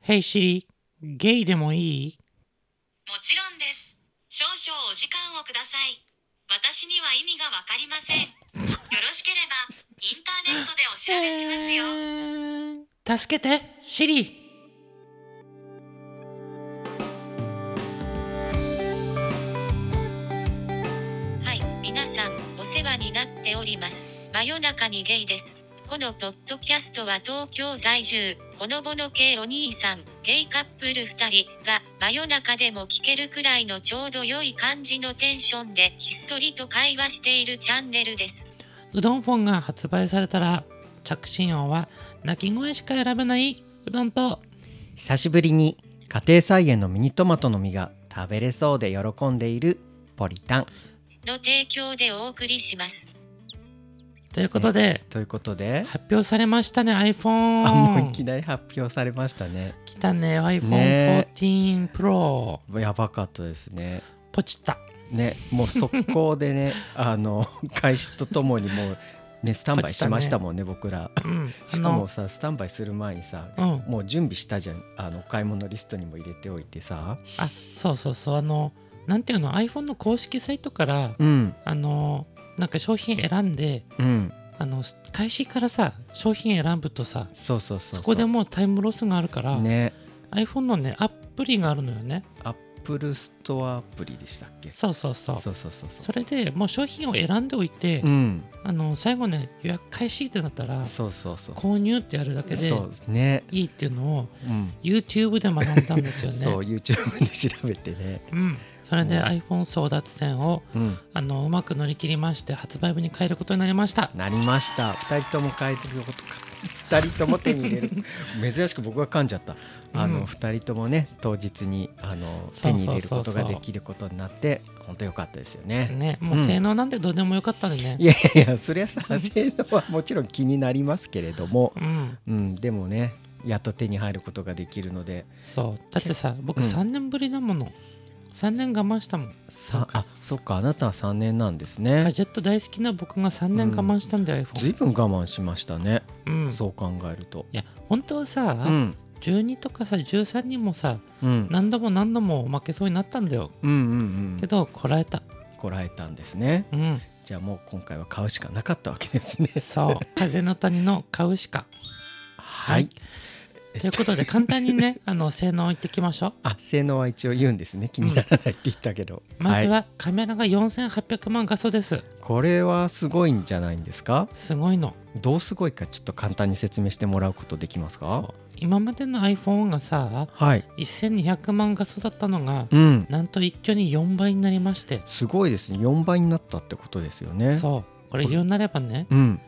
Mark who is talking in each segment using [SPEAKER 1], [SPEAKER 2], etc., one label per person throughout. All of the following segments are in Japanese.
[SPEAKER 1] ヘイシリ、ゲイでもいい
[SPEAKER 2] もちろんです。少々お時間をください。私には意味がわかりません。よろしければ、インターネットでお調べしますよ。
[SPEAKER 1] 助けて、シリ
[SPEAKER 2] はい、皆さん、お世話になっております。真夜中にゲイです。このポッドキャストは東京在住、ほのぼの系お兄さん、ゲイカップル2人が真夜中でも聞けるくらいのちょうど良い感じのテンションでひっそりと会話しているチャンネルです。
[SPEAKER 1] うどんフォンが発売されたら、着信音は鳴き声しか選べないうどんと、
[SPEAKER 3] 久しぶりに家庭菜園のミニトマトの実が食べれそうで喜んでいるポリタン
[SPEAKER 2] の提供でお送りします。
[SPEAKER 1] ということで、
[SPEAKER 3] ということで、
[SPEAKER 1] 発表されましたね、iPhone。
[SPEAKER 3] あもういきなり発表されましたね
[SPEAKER 1] 来たね、
[SPEAKER 3] ね
[SPEAKER 1] iPhone14 Pro。
[SPEAKER 3] やばかったですね
[SPEAKER 1] ポチった。
[SPEAKER 3] ねもう速攻でねあの開始とともにもうねスタンバイしましたもんね僕ら
[SPEAKER 1] うん、
[SPEAKER 3] しかもさスタンバイする前にさ
[SPEAKER 1] あの、うん、
[SPEAKER 3] もう準備したじゃんあの買い物リストにも入れておいてさ
[SPEAKER 1] あ、そうそうそう、あの、なんていうの、iPhone の公式サイトから、
[SPEAKER 3] うん
[SPEAKER 1] あの、なんか商品選んで、
[SPEAKER 3] うん
[SPEAKER 1] あの開始からさ商品選ぶとさ
[SPEAKER 3] そうそうそう
[SPEAKER 1] そこでもうタイムロスがあるから、
[SPEAKER 3] ね
[SPEAKER 1] iPhone のねアプリがあるのよね
[SPEAKER 3] アップルストアアプリでしたっけ
[SPEAKER 1] そうそうそう
[SPEAKER 3] そうそうそうそう
[SPEAKER 1] それでもう商品を選んでおいて、
[SPEAKER 3] うん
[SPEAKER 1] あの最後ね予約開始ってなったら
[SPEAKER 3] そうそうそう
[SPEAKER 1] 購入ってやるだけで
[SPEAKER 3] そうね、
[SPEAKER 1] いいっていうのを
[SPEAKER 3] うん、
[SPEAKER 1] YouTube で学んだんですよね
[SPEAKER 3] そう YouTube で調べてね、
[SPEAKER 1] うん、それで
[SPEAKER 3] うん
[SPEAKER 1] iPhone 争奪戦を
[SPEAKER 3] うん、
[SPEAKER 1] あのうまく乗り切りまして発売日に変えることになりました
[SPEAKER 3] なりました2人とも変えてることか2人とも手に入れる 珍しく僕が噛んじゃったあの、
[SPEAKER 1] うん
[SPEAKER 3] 2人ともね当日にあ
[SPEAKER 1] そうそ
[SPEAKER 3] の
[SPEAKER 1] うそうそう
[SPEAKER 3] 手に入れることができることになって本当良かったですよね。
[SPEAKER 1] ねもう性能なんてどうでもよかったんでね
[SPEAKER 3] いやいやそりゃさ性能はもちろん気になりますけれども、
[SPEAKER 1] うん
[SPEAKER 3] うん、でもねやっと手に入ることができるので
[SPEAKER 1] そうだってさ僕
[SPEAKER 3] うん
[SPEAKER 1] 3年ぶりだもの、3年我慢したもん
[SPEAKER 3] さ
[SPEAKER 1] そうか
[SPEAKER 3] あそっかあなたは3年なんですね
[SPEAKER 1] ガ。ジェット大好きな僕が3年我慢したんだよ、
[SPEAKER 3] ずい
[SPEAKER 1] iPhone、
[SPEAKER 3] ぶん我慢しましたね、
[SPEAKER 1] うん、
[SPEAKER 3] そう考えると。
[SPEAKER 1] いや本当はさ、
[SPEAKER 3] うん
[SPEAKER 1] 12とかさ13にもさ
[SPEAKER 3] うん、
[SPEAKER 1] 何度も何度も負けそうになったんだよ
[SPEAKER 3] うんうんう
[SPEAKER 1] け
[SPEAKER 3] ん
[SPEAKER 1] どこらえた
[SPEAKER 3] こらえたんですね
[SPEAKER 1] うん
[SPEAKER 3] じゃあもう今回は買うしかなかったわけですね
[SPEAKER 1] そう「風の谷の買うしか
[SPEAKER 3] は
[SPEAKER 1] はいということで簡単に ねあの性能を言ってきましょう
[SPEAKER 3] あ性能は一応言うんですね気にならないって言ったけど、
[SPEAKER 1] まず
[SPEAKER 3] い、
[SPEAKER 1] はカメラが4800万画素です
[SPEAKER 3] これはすごいんじゃないんですか
[SPEAKER 1] すごいの
[SPEAKER 3] どうすごいかちょっと簡単に説明してもらうことできます
[SPEAKER 1] そ
[SPEAKER 3] か
[SPEAKER 1] う今までの iPhone がさ
[SPEAKER 3] はい
[SPEAKER 1] 1200万画素だったのが
[SPEAKER 3] うん
[SPEAKER 1] なんと一挙に4倍になりまして
[SPEAKER 3] すごいですね4倍になったってことですよね
[SPEAKER 1] そうこれ言うなればね
[SPEAKER 3] うん、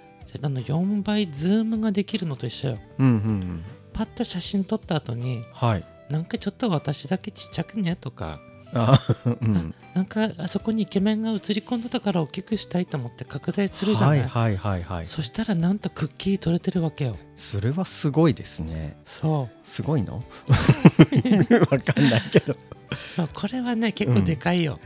[SPEAKER 1] あの4倍ズームができるのと一緒よ
[SPEAKER 3] うんうんうん
[SPEAKER 1] パッと写真撮った後に
[SPEAKER 3] はい
[SPEAKER 1] なんかちょっと私だけちっちゃくねとか
[SPEAKER 3] あうん
[SPEAKER 1] なんかあそこにイケメンが映り込んでたから大きくしたいと思って拡大するじゃない、
[SPEAKER 3] はいはいはいはい
[SPEAKER 1] そしたらなんとくっきり撮れてるわけよ
[SPEAKER 3] それはすごいですね
[SPEAKER 1] そ
[SPEAKER 3] すごいの わかんないけど
[SPEAKER 1] うそうこれはね結構でかいよ、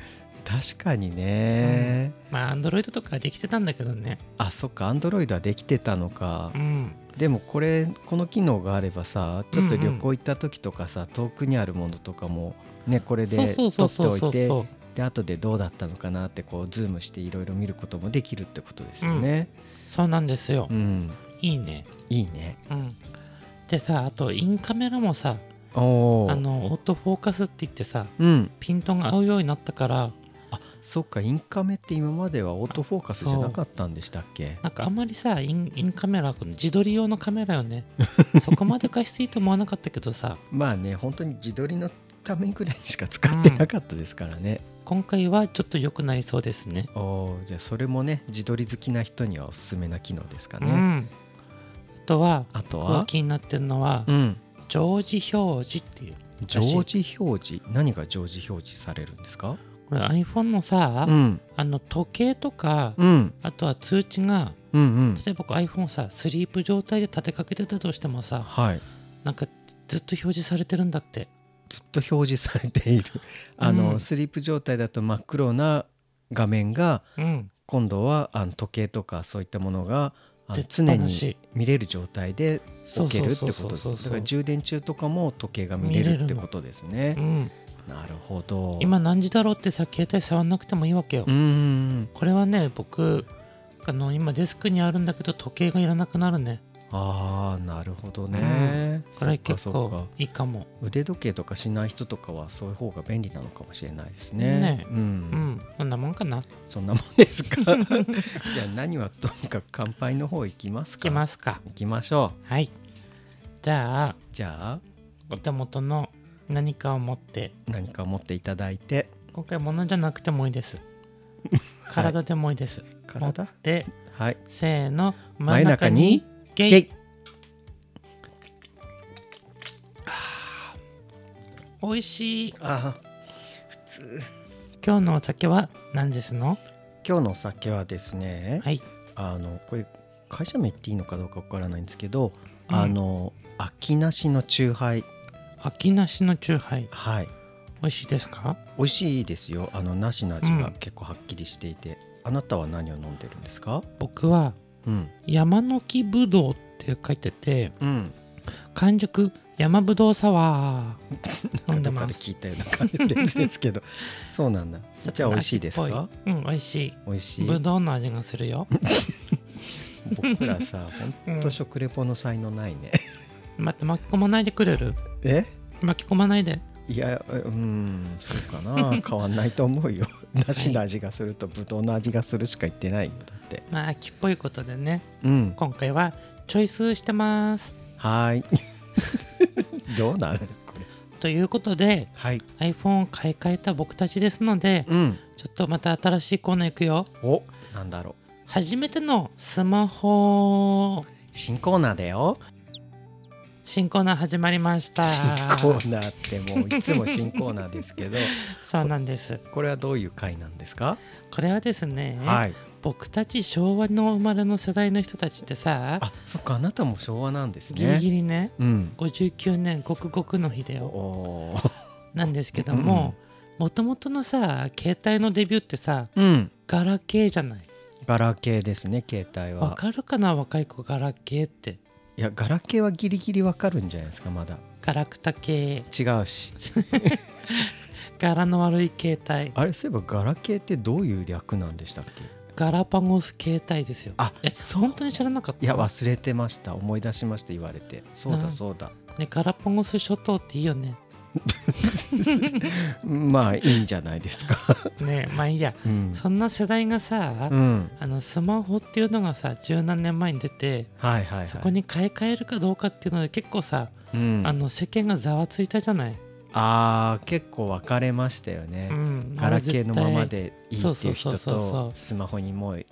[SPEAKER 3] 確かにね、
[SPEAKER 1] まあアンドロイドとかはできてたんだけどね
[SPEAKER 3] あそっかアンドロイドはできてたのか
[SPEAKER 1] う、ん
[SPEAKER 3] でもこれこの機能があればさちょっと
[SPEAKER 1] うんうん
[SPEAKER 3] 旅行行った時とかさ、遠くにあるものとかもねこれ
[SPEAKER 1] そう
[SPEAKER 3] で
[SPEAKER 1] そう
[SPEAKER 3] 撮
[SPEAKER 1] そう
[SPEAKER 3] って
[SPEAKER 1] そ
[SPEAKER 3] お
[SPEAKER 1] う
[SPEAKER 3] いて
[SPEAKER 1] そ
[SPEAKER 3] で後でどうだったのかなってこうズームしていろいろ見ることもできるってことですよね。
[SPEAKER 1] うそうなんですよ、
[SPEAKER 3] うん、
[SPEAKER 1] いいね
[SPEAKER 3] いいね。
[SPEAKER 1] うんでさあとインカメラもさ
[SPEAKER 3] お
[SPEAKER 1] あ
[SPEAKER 3] ー
[SPEAKER 1] のオートフォーカスって言ってさ
[SPEAKER 3] うん、
[SPEAKER 1] ピントが合うようになったから
[SPEAKER 3] そっかインカメって今まではオートフォーカスじゃなかったんでしたっけ
[SPEAKER 1] なんかあんまりさインインカメラこの自撮り用のカメラよ ねそこまで画質いいと思わなかったけどさ
[SPEAKER 3] まあね本当に自撮りのためぐらいにしか使ってなかったですからね。
[SPEAKER 1] 今回はちょっと良くなりそうですね
[SPEAKER 3] おーじゃあそれもね自撮り好きな人にはおすすめな機能ですか
[SPEAKER 1] う
[SPEAKER 3] ね、
[SPEAKER 1] んあとは
[SPEAKER 3] あと
[SPEAKER 1] こう
[SPEAKER 3] は、
[SPEAKER 1] 気になってるのは
[SPEAKER 3] うん、
[SPEAKER 1] 常時表示っていう
[SPEAKER 3] 常時表示何が常時表示されるんですか
[SPEAKER 1] これ iPhone のさ、
[SPEAKER 3] ん
[SPEAKER 1] あの時計とか、
[SPEAKER 3] うん
[SPEAKER 1] あとは通知が
[SPEAKER 3] うんうん
[SPEAKER 1] 例えばこう iPhone さスリープ状態で立てかけてたとしてもさ
[SPEAKER 3] はい
[SPEAKER 1] なんかずっと表示されてるんだって
[SPEAKER 3] ずっと表示されているあの、
[SPEAKER 1] うん
[SPEAKER 3] スリープ状態だと真っ黒な画面が
[SPEAKER 1] うん
[SPEAKER 3] 今度はあの時計とかそういったものがあの
[SPEAKER 1] 出っ
[SPEAKER 3] 常
[SPEAKER 1] 放
[SPEAKER 3] に
[SPEAKER 1] し
[SPEAKER 3] 見れる状態で
[SPEAKER 1] そう
[SPEAKER 3] 置け
[SPEAKER 1] そ
[SPEAKER 3] る
[SPEAKER 1] う
[SPEAKER 3] って
[SPEAKER 1] そうそ
[SPEAKER 3] こと
[SPEAKER 1] う
[SPEAKER 3] です
[SPEAKER 1] そう
[SPEAKER 3] ねだから充電中とかも時計が見れ
[SPEAKER 1] 見れ
[SPEAKER 3] る
[SPEAKER 1] るの
[SPEAKER 3] ってことですね
[SPEAKER 1] うん、
[SPEAKER 3] なるほど
[SPEAKER 1] 今何時だろうってさ携帯触んなくてもいいわけよ、
[SPEAKER 3] うんうんうん
[SPEAKER 1] これはね僕あの今デスクにあるんだけど時計がいらなくなるね
[SPEAKER 3] ああなるほどね
[SPEAKER 1] これ
[SPEAKER 3] そっか
[SPEAKER 1] 結
[SPEAKER 3] そっ
[SPEAKER 1] 構
[SPEAKER 3] か
[SPEAKER 1] いいかも
[SPEAKER 3] 腕時計とかしない人とかはそういう方が便利なのかもしれないですね。
[SPEAKER 1] ね
[SPEAKER 3] うん、
[SPEAKER 1] うんこんなもんかな
[SPEAKER 3] そんなもんですか。 じゃあ何はとにかく乾杯の方行きます
[SPEAKER 1] い
[SPEAKER 3] か。
[SPEAKER 1] きますか
[SPEAKER 3] 行きましょう。
[SPEAKER 1] はいじゃあ
[SPEAKER 3] じゃあ
[SPEAKER 1] お手元の何かを持って
[SPEAKER 3] 何か持っていただいて
[SPEAKER 1] 今回物じゃなくてもいいです 体でもいいです、持っ
[SPEAKER 3] 体
[SPEAKER 1] て
[SPEAKER 3] はい
[SPEAKER 1] せーの
[SPEAKER 3] 真ん中に
[SPEAKER 1] ゲイ
[SPEAKER 3] ゲイ
[SPEAKER 1] 美味しい
[SPEAKER 3] あー普通
[SPEAKER 1] 今日のお酒は何ですの
[SPEAKER 3] 今日のお酒はですね、
[SPEAKER 1] はい
[SPEAKER 3] あのこれ会社名言っていいのかどうかわからないんですけど、
[SPEAKER 1] うん
[SPEAKER 3] あの秋なしのチューハイ
[SPEAKER 1] 秋なしのチューハイ
[SPEAKER 3] はい
[SPEAKER 1] 美味しいですか
[SPEAKER 3] 美味しいですよあの梨の味
[SPEAKER 1] う
[SPEAKER 3] が
[SPEAKER 1] ん
[SPEAKER 3] 結構はっきりしていて、あなたは何を飲んでるんですか
[SPEAKER 1] 僕は
[SPEAKER 3] うん
[SPEAKER 1] 山の木ぶどうって書いてて
[SPEAKER 3] うん
[SPEAKER 1] 完熟山ぶどうサワ ー飲んで
[SPEAKER 3] どっか
[SPEAKER 1] ま
[SPEAKER 3] です聞いたような感じのやつです けどそうなんだ
[SPEAKER 1] ちょっと
[SPEAKER 3] じゃあ美味しいです
[SPEAKER 1] 夏っ
[SPEAKER 3] か
[SPEAKER 1] ぽいうん美味しい
[SPEAKER 3] 美味しい
[SPEAKER 1] ぶどうの味がするよ
[SPEAKER 3] 僕 らさほんと食レポの才能ないね
[SPEAKER 1] 待って巻き込まないでくれる
[SPEAKER 3] え
[SPEAKER 1] 巻き込まないで
[SPEAKER 3] いやえうんそうかな 変わんないと思うよ梨の味がするとぶどうの味がするしか言ってないよだって
[SPEAKER 1] まあ秋っぽいことでね
[SPEAKER 3] うん
[SPEAKER 1] 今回はチョイスしてます
[SPEAKER 3] はーい どうなるこれ
[SPEAKER 1] ということで
[SPEAKER 3] はい
[SPEAKER 1] iPhone を買い替えた僕たちですので
[SPEAKER 3] うん
[SPEAKER 1] ちょっとまた新しいコーナー行くよ
[SPEAKER 3] おなんだろう
[SPEAKER 1] 初めてのスマホ
[SPEAKER 3] 新コーナーだよ
[SPEAKER 1] 新コーナー始まりました
[SPEAKER 3] 新コーナーってもういつも新コーナーですけど
[SPEAKER 1] そうなんです
[SPEAKER 3] これはどういう回なんですか
[SPEAKER 1] これはですね、
[SPEAKER 3] はい
[SPEAKER 1] 僕たち昭和の生まれの世代の人たちってさ、
[SPEAKER 3] あそっかあなたも昭和なんですね
[SPEAKER 1] ギリギリね
[SPEAKER 3] うん
[SPEAKER 1] 59年ごくごくの日だよ
[SPEAKER 3] おー
[SPEAKER 1] なんですけどももともとのさ携帯のデビューってさ
[SPEAKER 3] うん
[SPEAKER 1] ガラケーじゃない
[SPEAKER 3] ガラケーですね携帯
[SPEAKER 1] わ
[SPEAKER 3] は
[SPEAKER 1] かるかな若い子ガラケーって
[SPEAKER 3] いやガラケーはギリギリわかるんじゃないですかまだ
[SPEAKER 1] ガラクタ系
[SPEAKER 3] 違うし
[SPEAKER 1] 柄の悪い携帯
[SPEAKER 3] あれそういえばガラケーってどういう略なんでしたっけ
[SPEAKER 1] ガラパゴス携帯ですよ
[SPEAKER 3] あ
[SPEAKER 1] え本当に知らなかった
[SPEAKER 3] いや忘れてました思い出しました言われてそう
[SPEAKER 1] な
[SPEAKER 3] だ
[SPEAKER 1] ん
[SPEAKER 3] そうだ
[SPEAKER 1] ねガラパゴス諸島っていいよね
[SPEAKER 3] まあいいんじゃないですか
[SPEAKER 1] ねまあいいや
[SPEAKER 3] うん、
[SPEAKER 1] そんな世代がさ、
[SPEAKER 3] うん、
[SPEAKER 1] あのスマホっていうのがさ十何年前に出て
[SPEAKER 3] はいはいはい
[SPEAKER 1] そこに買い替えるかどうかっていうので結構さ、
[SPEAKER 3] うん
[SPEAKER 1] あの世間がざわついたじゃない、
[SPEAKER 3] あー結構分かれましたよね、
[SPEAKER 1] うん
[SPEAKER 3] ガラケーのままでいい
[SPEAKER 1] そ
[SPEAKER 3] っ
[SPEAKER 1] う
[SPEAKER 3] て
[SPEAKER 1] そ
[SPEAKER 3] いう
[SPEAKER 1] う
[SPEAKER 3] 人
[SPEAKER 1] そうそう
[SPEAKER 3] と
[SPEAKER 1] そ
[SPEAKER 3] スマホにもう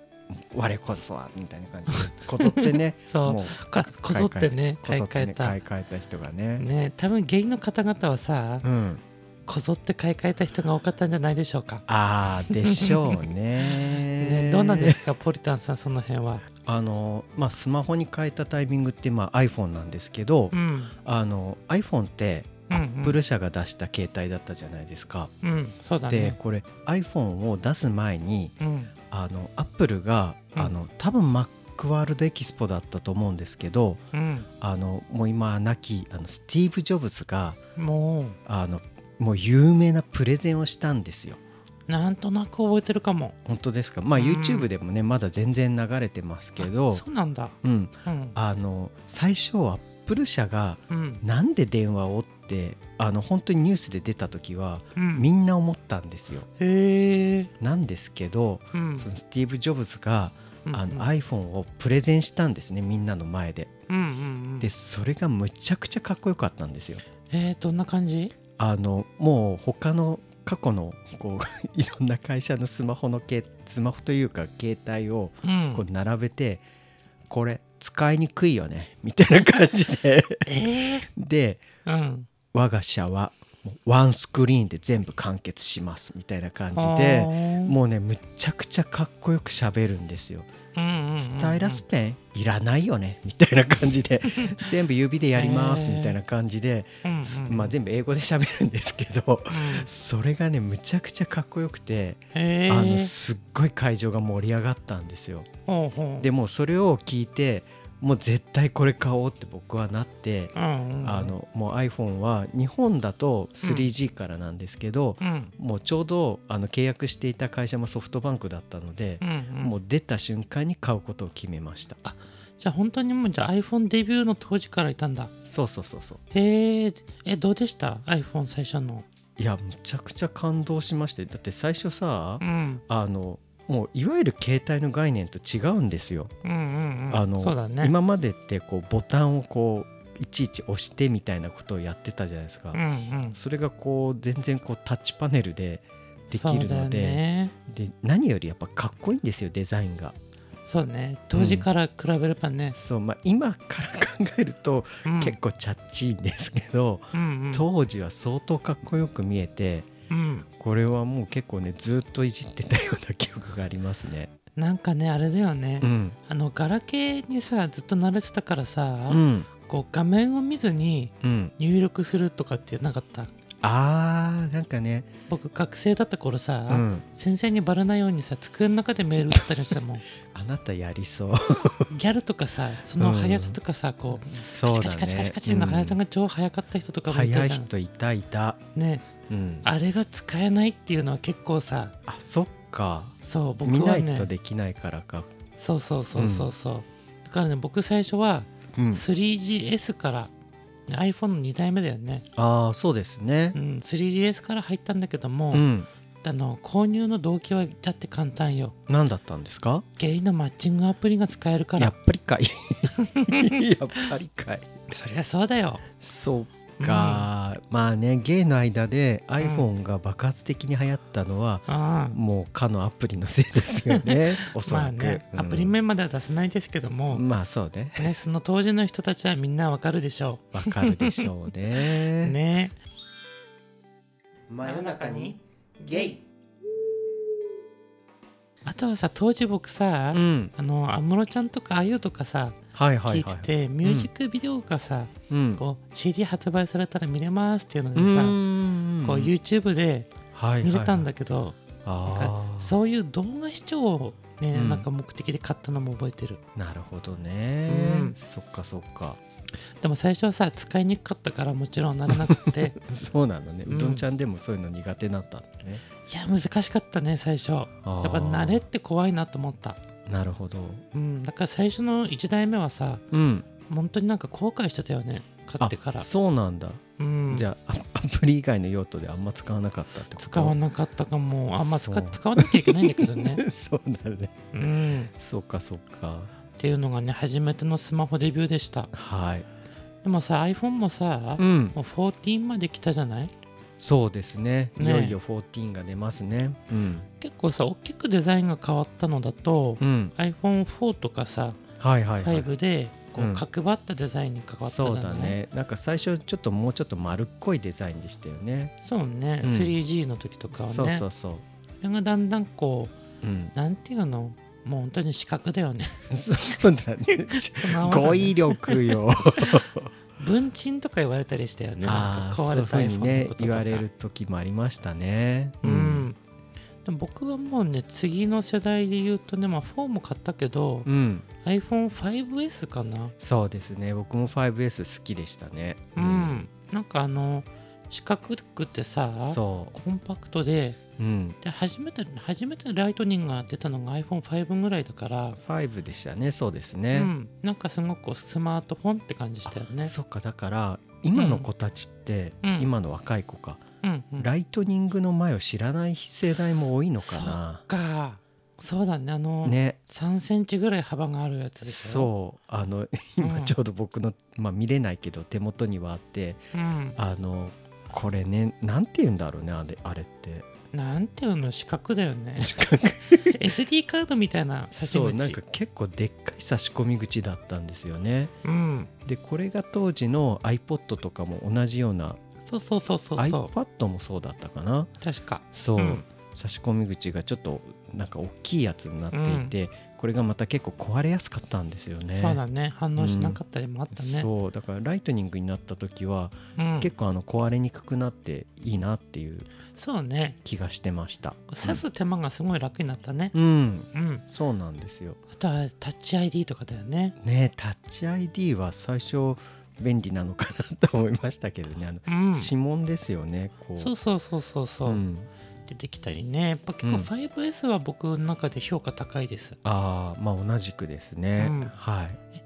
[SPEAKER 3] 我こそはみたいな感じ でこぞってね
[SPEAKER 1] そう
[SPEAKER 3] も
[SPEAKER 1] かこぞってね
[SPEAKER 3] こ
[SPEAKER 1] 買い
[SPEAKER 3] ぞって
[SPEAKER 1] 替え
[SPEAKER 3] ね
[SPEAKER 1] た
[SPEAKER 3] 買い替えた人がね
[SPEAKER 1] ね多分芸人の方々はさ、
[SPEAKER 3] うん
[SPEAKER 1] こぞって買い替えた人が多かったんじゃないでしょうか、
[SPEAKER 3] あーでしょうね
[SPEAKER 1] ね、どうなんですかポリタンさんその辺は
[SPEAKER 3] あのまあスマホに変えたタイミングって、まあ、iPhone なんですけど、
[SPEAKER 1] うん
[SPEAKER 3] あの iPhone って
[SPEAKER 1] うん
[SPEAKER 3] Apple 社が出した携帯だったじゃないですか、
[SPEAKER 1] うん、うん、そうだ
[SPEAKER 3] で
[SPEAKER 1] ね
[SPEAKER 3] これ iPhone を出す前に
[SPEAKER 1] うん
[SPEAKER 3] あのアップルが、
[SPEAKER 1] うん
[SPEAKER 3] あの多分マックワールドエキスポだったと思うんですけど
[SPEAKER 1] うん
[SPEAKER 3] あのもう今亡きあのスティーブ・ジョブズが
[SPEAKER 1] も
[SPEAKER 3] あのもう有名なプレゼンをしたんですよ。
[SPEAKER 1] うなんとなく覚えてるかも
[SPEAKER 3] 本当ですかまあ
[SPEAKER 1] うん
[SPEAKER 3] YouTube でもね、まだ全然流れてますけ
[SPEAKER 1] あ
[SPEAKER 3] ど
[SPEAKER 1] そうなんだ
[SPEAKER 3] うん、
[SPEAKER 1] うん
[SPEAKER 3] あの最初アップル社が
[SPEAKER 1] うん
[SPEAKER 3] なんで電話をってあの本当にニュースで出た時は
[SPEAKER 1] うん
[SPEAKER 3] みんな思ったんですよ。
[SPEAKER 1] へえ
[SPEAKER 3] なんですけど
[SPEAKER 1] うん
[SPEAKER 3] そのスティーブ・ジョブズがあ
[SPEAKER 1] うん
[SPEAKER 3] の iPhone をプレゼンしたんですねみんなの前で。
[SPEAKER 1] うんうんうん
[SPEAKER 3] でそれがむちゃくちゃかっこよかったんですよ。
[SPEAKER 1] えー、どんな感じ
[SPEAKER 3] あのもう他の過去のこう いろんな会社のスマホのけスマホというか携帯を
[SPEAKER 1] うん
[SPEAKER 3] こう並べて、これ使いにくいよねみたいな感じで
[SPEAKER 1] えー、
[SPEAKER 3] で
[SPEAKER 1] うん
[SPEAKER 3] 我が社はもうワンスクリーンで全部完結しますみたいな感じでもうねむっちゃくちゃかっこよく喋るんですよ。スタイラスペンいらないよね みたいな感じ で全部指でやりますみたいな感じで、すまあ、全部英語で喋るんですけど
[SPEAKER 1] 部、
[SPEAKER 3] それがねむちゃくちゃかっこよくて、
[SPEAKER 1] へ
[SPEAKER 3] あの
[SPEAKER 1] ー
[SPEAKER 3] すっごい会場が盛り上がったんですよ。
[SPEAKER 1] ほうほう
[SPEAKER 3] でもうそれを聞いてもう絶対これ買おうって僕はなって。
[SPEAKER 1] うんうん
[SPEAKER 3] あのもう iPhone は日本だと 3G からなんですけど、
[SPEAKER 1] うん
[SPEAKER 3] もうちょうどあの契約していた会社もソフトバンクだったので
[SPEAKER 1] う、ん
[SPEAKER 3] も
[SPEAKER 1] うん
[SPEAKER 3] う出た瞬間に買うことを決めました
[SPEAKER 1] じゃあ本当にもうじゃあ iPhone デビューの当時からいたんだ
[SPEAKER 3] そうそうそうそう
[SPEAKER 1] へええどうでした iPhone 最初の
[SPEAKER 3] いやむちゃくちゃ感動しましてだって最初さ、
[SPEAKER 1] うん
[SPEAKER 3] あのもういわゆる携帯の概念と違うんですよ、
[SPEAKER 1] うんうんうん
[SPEAKER 3] あの
[SPEAKER 1] そうだね
[SPEAKER 3] 今までってこうボタンをこういちいち押してみたいなことをやってたじゃないですか、
[SPEAKER 1] うんうん
[SPEAKER 3] それがこう全然こうタッチパネルででき
[SPEAKER 1] そう
[SPEAKER 3] る
[SPEAKER 1] だよ
[SPEAKER 3] ので,、
[SPEAKER 1] ね
[SPEAKER 3] で何よりやっぱかっこいいんですよデザインが
[SPEAKER 1] そうね当時から比べればね、
[SPEAKER 3] そう、まあ、今から考えると
[SPEAKER 1] うん、
[SPEAKER 3] 結構チャッチいんですけど、
[SPEAKER 1] うんうん
[SPEAKER 3] 当時は相当かっこよく見えて
[SPEAKER 1] うん
[SPEAKER 3] これはもう結構ねずっといじってたような記憶がありますね。
[SPEAKER 1] なんかねあれだよね、
[SPEAKER 3] うん、
[SPEAKER 1] あのガラケーにさずっと慣れてたからさ、
[SPEAKER 3] うん、
[SPEAKER 1] こう画面を見ずに
[SPEAKER 3] うん、
[SPEAKER 1] 入力するとかってなかった
[SPEAKER 3] あーなんかね、
[SPEAKER 1] 僕学生だった頃さ、
[SPEAKER 3] うん、
[SPEAKER 1] 先生にバレないようにさ机の中でメール打ったりしてた もん
[SPEAKER 3] あなたやりそう
[SPEAKER 1] ギャルとかさその速さとかさ、こう
[SPEAKER 3] そう
[SPEAKER 1] カ
[SPEAKER 3] だ
[SPEAKER 1] チ
[SPEAKER 3] ね
[SPEAKER 1] カチカチカチカチの速さ
[SPEAKER 3] うん
[SPEAKER 1] が超速かった人とかもい
[SPEAKER 3] 速
[SPEAKER 1] た
[SPEAKER 3] い
[SPEAKER 1] じゃん、
[SPEAKER 3] 人いたいた、
[SPEAKER 1] ね
[SPEAKER 3] うん、あ
[SPEAKER 1] あれが使えないっていうのは結構さ
[SPEAKER 3] そっか
[SPEAKER 1] そう僕
[SPEAKER 3] 見
[SPEAKER 1] は
[SPEAKER 3] ない
[SPEAKER 1] ね
[SPEAKER 3] とできないからか、
[SPEAKER 1] そうそうそうそうそう、だからね僕最初は
[SPEAKER 3] うん、
[SPEAKER 1] 3GS から、ね iPhone の2代目だよね、
[SPEAKER 3] ああそうですね
[SPEAKER 1] うん、3GS から入ったんだけども、
[SPEAKER 3] うん、
[SPEAKER 1] あの購入の動機はだって簡単よ
[SPEAKER 3] 何だったんですか
[SPEAKER 1] ゲイのマッチングアプリが使えるか
[SPEAKER 3] やっ
[SPEAKER 1] ら
[SPEAKER 3] ぱりかい やっぱりかい
[SPEAKER 1] そりゃそうだよ
[SPEAKER 3] そうか、まあねゲイの間で iPhone が爆発的に流行ったのは、
[SPEAKER 1] ああ
[SPEAKER 3] もうかのアプリのせいですよ ねおそ
[SPEAKER 1] ま
[SPEAKER 3] ら
[SPEAKER 1] あ
[SPEAKER 3] く、
[SPEAKER 1] ね、
[SPEAKER 3] うん
[SPEAKER 1] アプリ名までは出せないですけども、
[SPEAKER 3] まあそうね
[SPEAKER 1] ね、その当時の人たちはみんなわかるでしょ
[SPEAKER 3] わかるでしょう
[SPEAKER 1] う
[SPEAKER 3] ね
[SPEAKER 1] ね
[SPEAKER 3] 真
[SPEAKER 1] 夜中に
[SPEAKER 3] ゲイ
[SPEAKER 1] あとはさ当時僕さ、
[SPEAKER 3] うん
[SPEAKER 1] あの安室ちゃんとかあゆとかさ
[SPEAKER 3] はいはいは
[SPEAKER 1] 聞
[SPEAKER 3] い
[SPEAKER 1] いてて、ミュージックビデオがさ、
[SPEAKER 3] うん
[SPEAKER 1] こう CD 発売されたら見れますっていうので
[SPEAKER 3] う
[SPEAKER 1] さ、
[SPEAKER 3] ん
[SPEAKER 1] こう YouTube で見れたんだけ
[SPEAKER 3] け
[SPEAKER 1] ど、
[SPEAKER 3] ど、はいはい
[SPEAKER 1] なん
[SPEAKER 3] あー
[SPEAKER 1] そういう動画視聴をね、
[SPEAKER 3] うん
[SPEAKER 1] なんか目的で買ったのも覚えてる
[SPEAKER 3] なるほどね、
[SPEAKER 1] うん
[SPEAKER 3] そっかそっか
[SPEAKER 1] でも最初はさ使いにくかったからもちろん慣れなく て
[SPEAKER 3] そうなのね、
[SPEAKER 1] う
[SPEAKER 3] うんどんちゃんでもそういうの苦手なんだったね
[SPEAKER 1] いや難しかったね最初やっ
[SPEAKER 3] や
[SPEAKER 1] ぱ慣れって怖いなと思った
[SPEAKER 3] なるほど
[SPEAKER 1] うんだから最初の1台目はさ
[SPEAKER 3] うん
[SPEAKER 1] 本当になんか後悔してたよね買ってから
[SPEAKER 3] あそうなんだ、
[SPEAKER 1] うん
[SPEAKER 3] じゃあアアプリ以外の用途であんま使わなかったってこと
[SPEAKER 1] 使わなかったかもあんま使
[SPEAKER 3] そう
[SPEAKER 1] 使わなきゃいけないんだけどね、
[SPEAKER 3] そうなるね
[SPEAKER 1] うん、
[SPEAKER 3] そうかそうか
[SPEAKER 1] っていうのがね初めてのスマホデビューでした
[SPEAKER 3] はい
[SPEAKER 1] でもさ iPhone もさ、
[SPEAKER 3] うん
[SPEAKER 1] もう14まで来たじゃない
[SPEAKER 3] そうですね
[SPEAKER 1] ね
[SPEAKER 3] いよいよ14が出ますねうん
[SPEAKER 1] 結構さ大きくデザインが変わったのだと、
[SPEAKER 3] うん
[SPEAKER 1] iPhone4 とかさ
[SPEAKER 3] はいはいはい
[SPEAKER 1] 5でこ
[SPEAKER 3] うん
[SPEAKER 1] う角張ったデザインに変わったじゃな
[SPEAKER 3] そ
[SPEAKER 1] い、
[SPEAKER 3] うだねなんか最初ちょっともうちょっと丸っこいデザインでしたよね
[SPEAKER 1] そうね、
[SPEAKER 3] うん
[SPEAKER 1] 3G の時とかはね
[SPEAKER 3] そうそうそ
[SPEAKER 1] それがだんだんこ
[SPEAKER 3] ううん
[SPEAKER 1] うなんていうのもう本当に視覚だよ ね
[SPEAKER 3] そうだね語彙力よ
[SPEAKER 1] 文鎮とか言われたりしたよねなん
[SPEAKER 3] ああ
[SPEAKER 1] か
[SPEAKER 3] そう
[SPEAKER 1] 壊
[SPEAKER 3] いう
[SPEAKER 1] れ
[SPEAKER 3] ふ
[SPEAKER 1] た
[SPEAKER 3] うに
[SPEAKER 1] iPhone の
[SPEAKER 3] ね
[SPEAKER 1] こととか
[SPEAKER 3] 言われる時もありましたね
[SPEAKER 1] うん、でも僕はもうね次の世代で言うとね、まあ、4も買ったけど、
[SPEAKER 3] うん
[SPEAKER 1] iPhone5S かな
[SPEAKER 3] そうですね僕も 5S 好きでしたね
[SPEAKER 1] うん、なんかあの四角くてさ
[SPEAKER 3] そ
[SPEAKER 1] コンパクトで
[SPEAKER 3] ううん
[SPEAKER 1] で初めて初めてライトニングが出たのが iPhone5 ぐらいだから、
[SPEAKER 3] 5でしたねそうです
[SPEAKER 1] う
[SPEAKER 3] ね、
[SPEAKER 1] ん、なんかすごくスマートフォンって感じしたよね。
[SPEAKER 3] そっかだから今の子たちって、
[SPEAKER 1] うん
[SPEAKER 3] 今の若い子か、
[SPEAKER 1] うんうん、
[SPEAKER 3] ライトニングの前を知らない世代も多いのか
[SPEAKER 1] そ
[SPEAKER 3] な
[SPEAKER 1] っかそうだねあの、
[SPEAKER 3] ね
[SPEAKER 1] 3センチぐらい幅があるやつでしょ。
[SPEAKER 3] そうあの
[SPEAKER 1] う
[SPEAKER 3] 今
[SPEAKER 1] ん
[SPEAKER 3] ちょうど僕の、まあ、見れないけど手元にはあって
[SPEAKER 1] う、ん、
[SPEAKER 3] あのこれねなんて言うんだろうねあれあれ って
[SPEAKER 1] なんていうの四角だよね
[SPEAKER 3] 四角
[SPEAKER 1] SD カードみたいな差し口
[SPEAKER 3] そうなんか結構でっかい差し込み口だったんですよね
[SPEAKER 1] うん
[SPEAKER 3] でこれが当時の iPod とかも同じような
[SPEAKER 1] そうそうそうそうそ
[SPEAKER 3] iPad もそうだったかな
[SPEAKER 1] う確か
[SPEAKER 3] そう、
[SPEAKER 1] うん
[SPEAKER 3] 差し込み口がちょっとなんか大きいやつになっていて、これがまた結構壊れやすかったんですよね。
[SPEAKER 1] そうだね反応しなかったりもあったね、
[SPEAKER 3] そうだからライトニングになった時は、
[SPEAKER 1] うん
[SPEAKER 3] 結構あの壊れにくくなっていいなっていう
[SPEAKER 1] そうね
[SPEAKER 3] 気がしてました
[SPEAKER 1] 刺す手間がすごい楽になったね
[SPEAKER 3] うん、うん
[SPEAKER 1] うん、
[SPEAKER 3] そうなんですよ
[SPEAKER 1] あとはタッチ ID とかだよね
[SPEAKER 3] ねタッチ ID は最初便利なのかなと思いましたけどねあの、
[SPEAKER 1] うん
[SPEAKER 3] 指紋ですよねこう
[SPEAKER 1] そうそうそうそうそう、
[SPEAKER 3] うん
[SPEAKER 1] 出てきたりねやっぱ結構
[SPEAKER 3] うん
[SPEAKER 1] 5S は僕の中で評価高いです、
[SPEAKER 3] ああまあ同じくですね、
[SPEAKER 1] うん
[SPEAKER 3] はい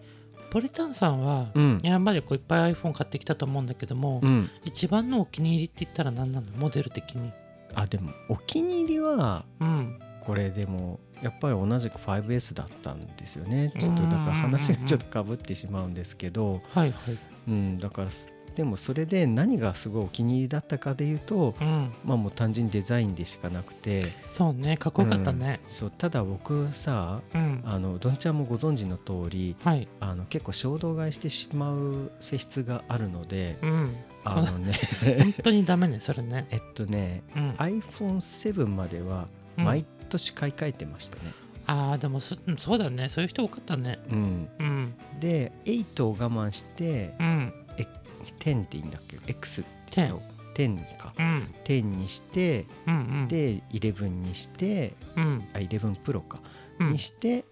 [SPEAKER 1] ポリタンさんは、
[SPEAKER 3] うん
[SPEAKER 1] やまでこういっぱい iPhone 買ってきたと思うんだけども、
[SPEAKER 3] うん
[SPEAKER 1] 一番のお気に入りって言ったら何なのモデル的に
[SPEAKER 3] あでもお気に入りは
[SPEAKER 1] うん
[SPEAKER 3] これでもやっぱり同じく 5S だったんですよねちょっとだから話がちょっとかぶってしまうんですけど、
[SPEAKER 1] はいはい
[SPEAKER 3] うん、だからすでもそれで何がすごいお気に入りだったかでいうと
[SPEAKER 1] うん
[SPEAKER 3] まあもう単純にデザインでしかなくて
[SPEAKER 1] そうねかっこよかったね
[SPEAKER 3] そうただ僕さ
[SPEAKER 1] うん、
[SPEAKER 3] あのどんちゃんもご存知の通り
[SPEAKER 1] はい
[SPEAKER 3] あの結構衝動買いしてしまう性質があるので
[SPEAKER 1] うん
[SPEAKER 3] あのね
[SPEAKER 1] 本当にダメねそれね
[SPEAKER 3] えっとね
[SPEAKER 1] うん
[SPEAKER 3] iPhone7 までは
[SPEAKER 1] うん
[SPEAKER 3] 毎年買い替えてましたね。
[SPEAKER 1] ああでもそうんそうだねそういう人多かったね
[SPEAKER 3] うん、
[SPEAKER 1] うん
[SPEAKER 3] で8を我慢して
[SPEAKER 1] うん
[SPEAKER 3] 10っていいんだっけ ?X って言う
[SPEAKER 1] 10
[SPEAKER 3] と10か
[SPEAKER 1] うん
[SPEAKER 3] 10にして
[SPEAKER 1] うんうん
[SPEAKER 3] で11にして
[SPEAKER 1] うん
[SPEAKER 3] あ11プロか、
[SPEAKER 1] うん
[SPEAKER 3] にして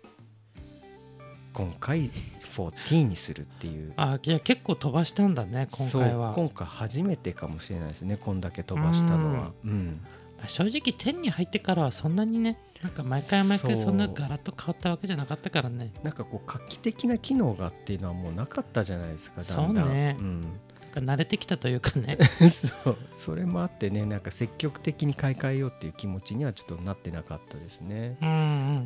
[SPEAKER 3] 今回14にするっていう
[SPEAKER 1] あーいや結構飛ばしたんだね今回は
[SPEAKER 3] そう今回初めてかもしれないですねこんだけ飛ばしたのは、うん
[SPEAKER 1] まあ正直天に入ってからはそんなにねなんか毎回毎回
[SPEAKER 3] そう
[SPEAKER 1] そんなガラッと変わったわけじゃなかったからね
[SPEAKER 3] なんかこう画期的な機能がっていうのはもうなかったじゃないですかだんだん
[SPEAKER 1] そうね
[SPEAKER 3] ん
[SPEAKER 1] なんか慣れてきたというかね
[SPEAKER 3] そうそれもあってねなんか積極的に買い替えようっていう気持ちにはちょっとなってなかったですね
[SPEAKER 1] うんうんう、
[SPEAKER 3] うん